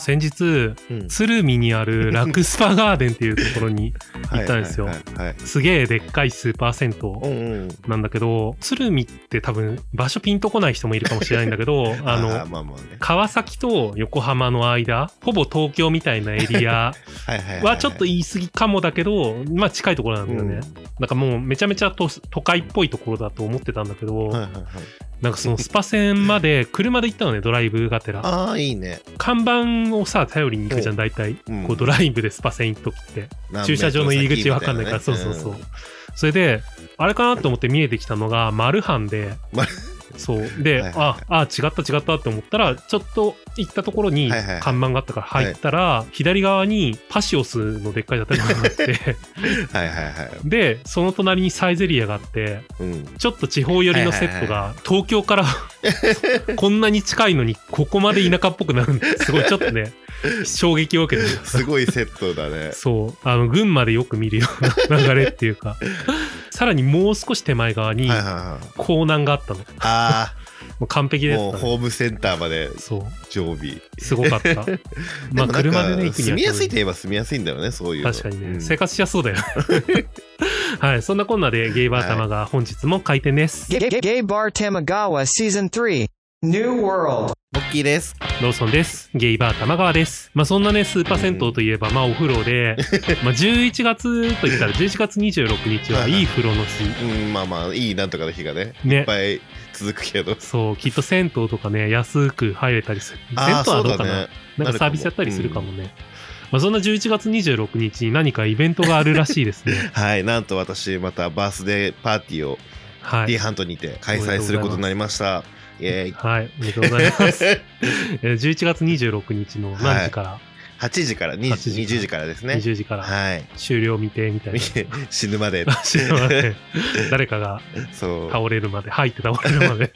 先日、うん鶴見にあ るラクスパガーデンっていうところにはい行ったんですよはいはいはいすげえでっかいスーパー銭う湯んうんなんだけど鶴見って多分場所ピンとこない人もいるかもしれないんだけ どあーのまあまあね川崎と横浜の間ほぼ東京みたいなエリ アはいはいいいはちょっと言い過ぎかもだけどまあ近いところなんだよね、なんかもうめちゃめちゃ都都会っぽいところだと思ってたんだけど、うんはいはいはいなんかそのスパ線まで車で行ったのねドライブがてらああいいね看板をさ頼りに行くじゃん大体、うんこうドライブでスパ線行く時って何メートル先駐車場の入り口わかんないからみたそうねそうそう、んそれであれかなと思って見えてきたのがマルハンでまそうで、はいはいはいああ違った違ったって思ったらちょっと行ったところにはいはいはい看板があったから入ったら、左側にパシオスのでっかい建物があって はいはいはいでその隣にサイゼリアがあってうん ちょっと地方寄りのセットが東京 からこんなに近いのにここまで田舎っぽくなるんですごいちょっとね衝撃を受けてますすごいセットだねそうあの群馬でよく見るような流れっていうか さらにもう少し手前側にはいはいはい港南があったのもあう完璧であもうす、ね、ホームセンターまでそう常備すごか ったまあでもなんか車でね行くに住はみやすいといえば住みやすいんだよねそういうの確かにね、うん生活しやすそう だよねはいそんなこんなでゲイバー玉が本日も開店です、 Gay, Gay, Gay Bar Tamagawa Season 3 New World モッキーですローソンです。ゲイバー玉川です。まあそんなね、スーパー銭湯といえば、まあお風呂で、 まあ11月と言ったら11月26日はいい風呂の日。うんまあまあいいなんとかの日がねいねっ。ぱい続くけどそう、きっと銭湯とかね、安く入れたりする。銭湯あはあそどうかなねなんかサービスやったりするかもね。まあそんな11月26日に何かイベントがあるらしいです ね。はいなんと私またバースデーパーティーをは D い。ハントにて開催することになりましたイエーイはい。おめでとうござい ます。 えー11月26日の何時から、 8時から8時から 20, 20時からですね20時からはい終了未定みたいな。 死ぬまで知らない誰かがそう倒れるまで、入って倒れるま で。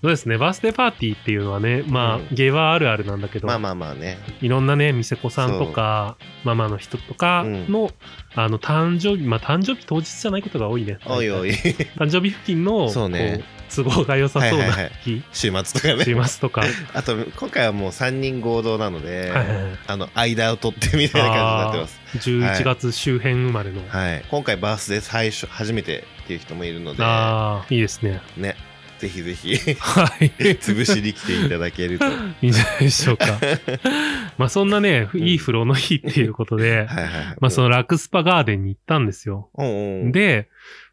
そうですね、バースデーパーティーっていうのはね、まあ、うんゲイバーあるあるなんだけど、まあまあまあねいろんなね、店子さんとか、ママの人とかの、あの、誕生日、まあ、誕生日当日じゃないことが多いね。おいお い誕生日付近の、そうねこう都合が良さそうはいなはいはい日、週末とかね週末とか。はいあと今回はもう3人合同なので、はいはいあの間を取ってみたいな感じになってます11月周辺生まれの。はい今回バースデー最初初めてっていう人もいるのでああ、いいですね。ねぜひぜひ はい。 潰しに来ていただ けるとはいいんじゃないでし ょうか。まあ、そんなね、んいい風呂の日っていうことで、はいはいまあ、そのラクスパガーデンに行ったんですよ。うんうんうんで、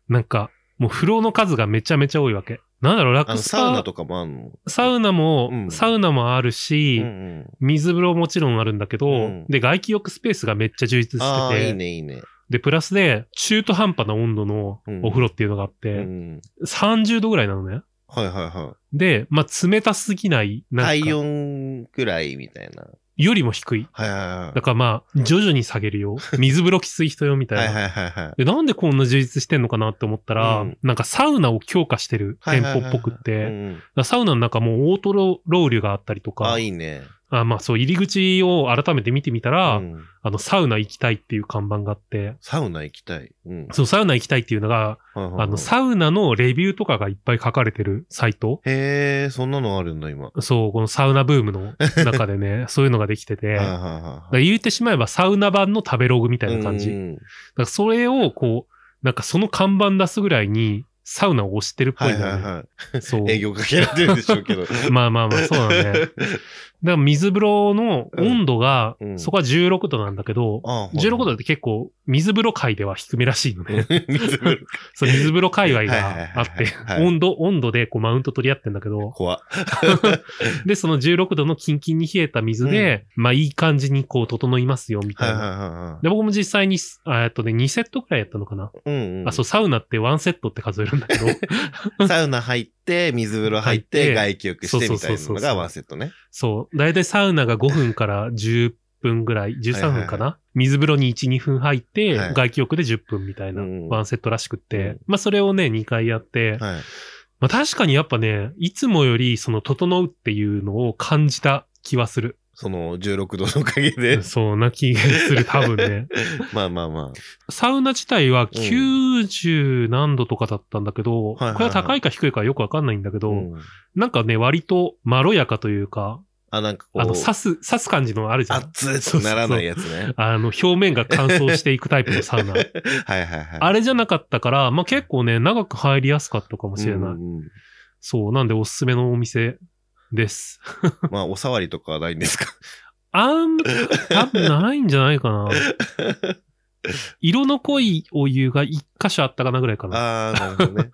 なんか、もう風呂の数がめちゃめちゃ多いわけ。なんだろう、ラあクのスサウナパ、とかもあるのサウナも、うんサウナもあるし、うんうん水風呂もちろんあるんだけど、うんで、外気浴スペースがめっちゃ充実しああてて、いいねいいね、で、プラスで、中途半端な温度のうんお風呂っていうのがあって、うん、 30度ぐらいなのね。はいはいはで、まあ、冷たすぎない、いなん体か、温くらいみたいなよりも低い。はいはだからまあ、徐々に下げる よ。水風呂きつい人よ、みいたいはな。いはいはいはいはいで、なんでこんな充実してんのかなって思ったら、うんなんかサウナを強化してるはい店はいは舗いっぽくって、うんうんだからサウナの中もオートロローリュがあったりとあかあ、いいねあまあそう、入り口を改めて見てみたら、うんあの、サウナ行きたいっていう看板があって、サウナ行きたい、うんそう、サウナ行きたいっていうのが、はいはいはいあの、サウナのレビューとかがいっぱい書かれてるサイト。へえそんなのあるんだ今そう、このサウナブーム の中でね、そういうのができてて、はいはいだかはいらはい言ってしまえばサウナ版の食べログみたいな感じ。うんうんだからそれをこう、なんかその看板出すぐらいにサウナを推してるっぽいはのいよね。はいはそうい。営業かけられてるでしょうけどまあまあまあ、そうだね。 だから水風呂の温度が、うんうんそこは16度なんだけど、ああ16度っ て結構水風呂界では低めらしいのね。水風呂 そう水風呂界隈はいはいはいがあはいって、はい温度、温度でこうマウント取り合ってんだけど、 怖っで、その16度のキンキンに冷えた水で、まあいい感じにこう整いますよ、みはたいいはいな。はで、僕も実際に、あえっとね、2セットくらいやったのかな。いはいうんうんあ、そう、サウナって1セットって数えるんだ けど、サウナ入って水風呂入って入って外気浴してみたいそなうそのうそうそがうワンセットねそう。だいたいサウナが5分から10分ぐらい、13分かはいはいな。水風呂に1、2分入って、はい外気浴で10分みたいなうんワンセットらしくって、うんまあそれをね、2回やって、はいまあ確かにやっぱね、いつもよりその整うっていうのを感じた気はする。その16度のおかげでそうな気がす る、多分ね。まあまあまサウナ自体は90何度とかだったんだけど、はいはいはいこれは高いか低いかよくわかんないんだけど、あうんなんかね、割とまろやかというか、あ、なんかこう。あの、刺す、刺す感じのあるじゃあんっ。つってならないやつね。あの、表面が乾燥していくタイプのサウナ。 はいはいはい。あれじゃなかったから、まあ、結構ね、長く入りやすかったかもしれない。うんうんそう、なんでおすすめのお店です。まあ、お触りとかはない んですかあん、多分ないんじゃないかな。色の濃いお湯が一箇所あったかなぐらいかな。あああ、なるほどね。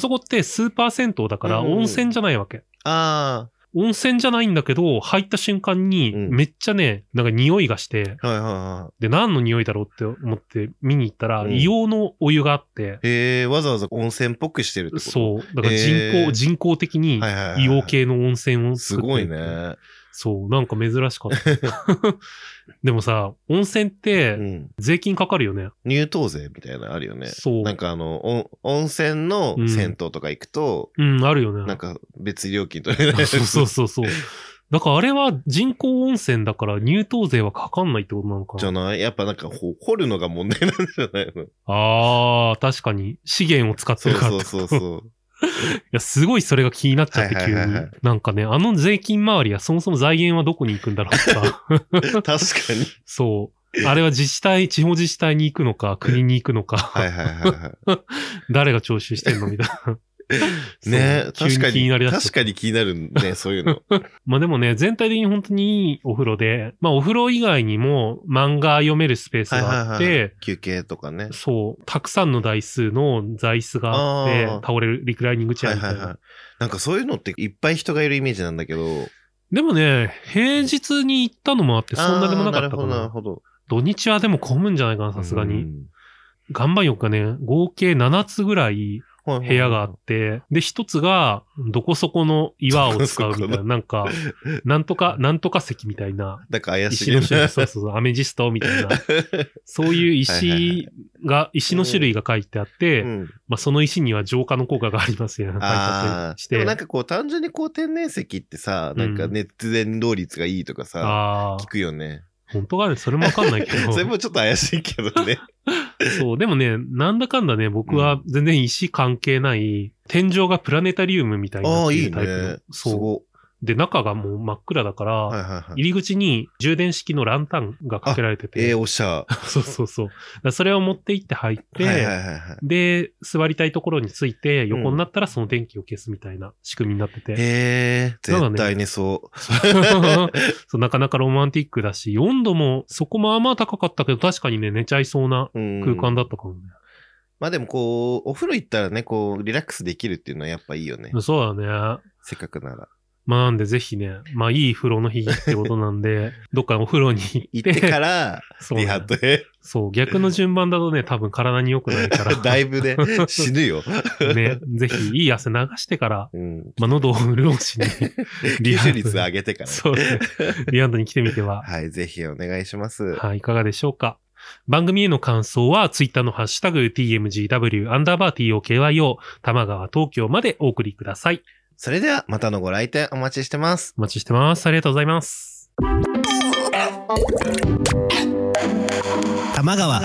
そこってスーパー銭湯だからうんうん温泉じゃないわけ。あ温泉じゃないんだけど、入った瞬間にうんめっちゃね、なんか匂いがして、あ、はいはいはで、何の匂いだろうって思って見に行ったら、うん硫黄のお湯があって、い。へえ、わざわざ温泉っぽくしてるってことう。そう。だから人工、へー人工的にはいはいはいはい硫黄系の温泉をす作ってごいるね。そう、なんか珍しか った。でもさ、温泉っうてん。税金かかるよね。入湯税みたいなのあるよね。そうなんかあの、お温泉の銭湯とか行くと、うん、あるよね。なんか別料金取れない。そうそうそうそう。だからあれは人工温泉だから入湯税はかかんないってことなのかじゃな。ないやっぱなんかほ掘るのが問題なんじゃないのああ、確かに資源を使ってそうるからってそこと。うそういそう。や、すごいそれが気になっちゃってはい急はいはいにはい。なんかね、あの税金周りはそもそも財源はどこに行くんだろうとか。確か に。そう。あれは自治体、地方自治体に行くのか、国に行くのか、はいはいはいは誰が徴収してんのみたいな。い。 ねそう急確か気にになりだしちゃった確かに気になるね、そ ういうの。まあでもね、全体的に本当にいいお風呂で、まあお風呂以外にも漫画読めるスペースがあっはいはいて、休憩とかね。そう、たくさんの台数の座椅子があって、あー倒れるリクライニングチェアみたいな。い。なんかそういうのっていっぱい人がいるイメージなんだけど。でもね、平日に行ったのもあって、そんなでもなかったかあーな。るほど、土日はでも混むんじゃないかな、さすがうに。ん。岩盤浴がね、合計7つぐらい部部屋があって、で、一つが、どこそこの岩を使うみたいどな、こそこなんか、なんとか、なんとか石みたいな、なんか怪し石いのな。種類、そうそうそう、アメジストみたいな、そういうはいはいは石が、石の種類が書いてあって、 うん、まあ、その石には浄化の効果がありますよ、ね、書いてあったありあしでもて。なんかこう単純にこう天然石ってさなんかうん熱伝導率がいいとかさ、ああ 聞、くよね本当かね、それもわかんないけどそ。れもちょっと怪しいけどねそう、でもね、なんだかんだね、僕は全然石関係ない、天井がプラネタリウムみたいになあっあていいいるタイプの。ねすそごう。で、中がもう真っ暗だから、はいはいはい入り口に充電式のランタンがかけられてええて、おしゃ そうそうそう。だからそれを持って行って入って、はいはいはいはいで、座りたいところについて、横になったらその電気を消すみたいな仕組みになってて。ええなんかね絶対にそう そうなかなかロマンティックだし、温度もそこもあんまあ高かったけど、確かにね、寝ちゃいそうなうん空間だったかもね。まあでもこうお風呂行ったらねこうリラックスできるっていうのはやっぱいいよねそうだね。せっかくならまあなんでぜひね、まあいい風呂の日ってことなんで、 どっかお風呂に行っ行て、ってから そうね、リハとへそう、逆の順番だとね、多分体に良くない から。 だいぶね死ぬよ、ね、ぜひいい汗流してから、うん、まあ、喉を潤し に、リハ率上げてからねそうね、リアンドに来てみては、はい、ぜひお願いします。はい、いかがでしょうか。番組への感想は、ツイッターのハッシュタグ、tmgw、アンダーバー tokyo、玉川東京までお送りください。それでは、またのご来店お待ちしてます。お待ちしてます。ありがとうございます。玉川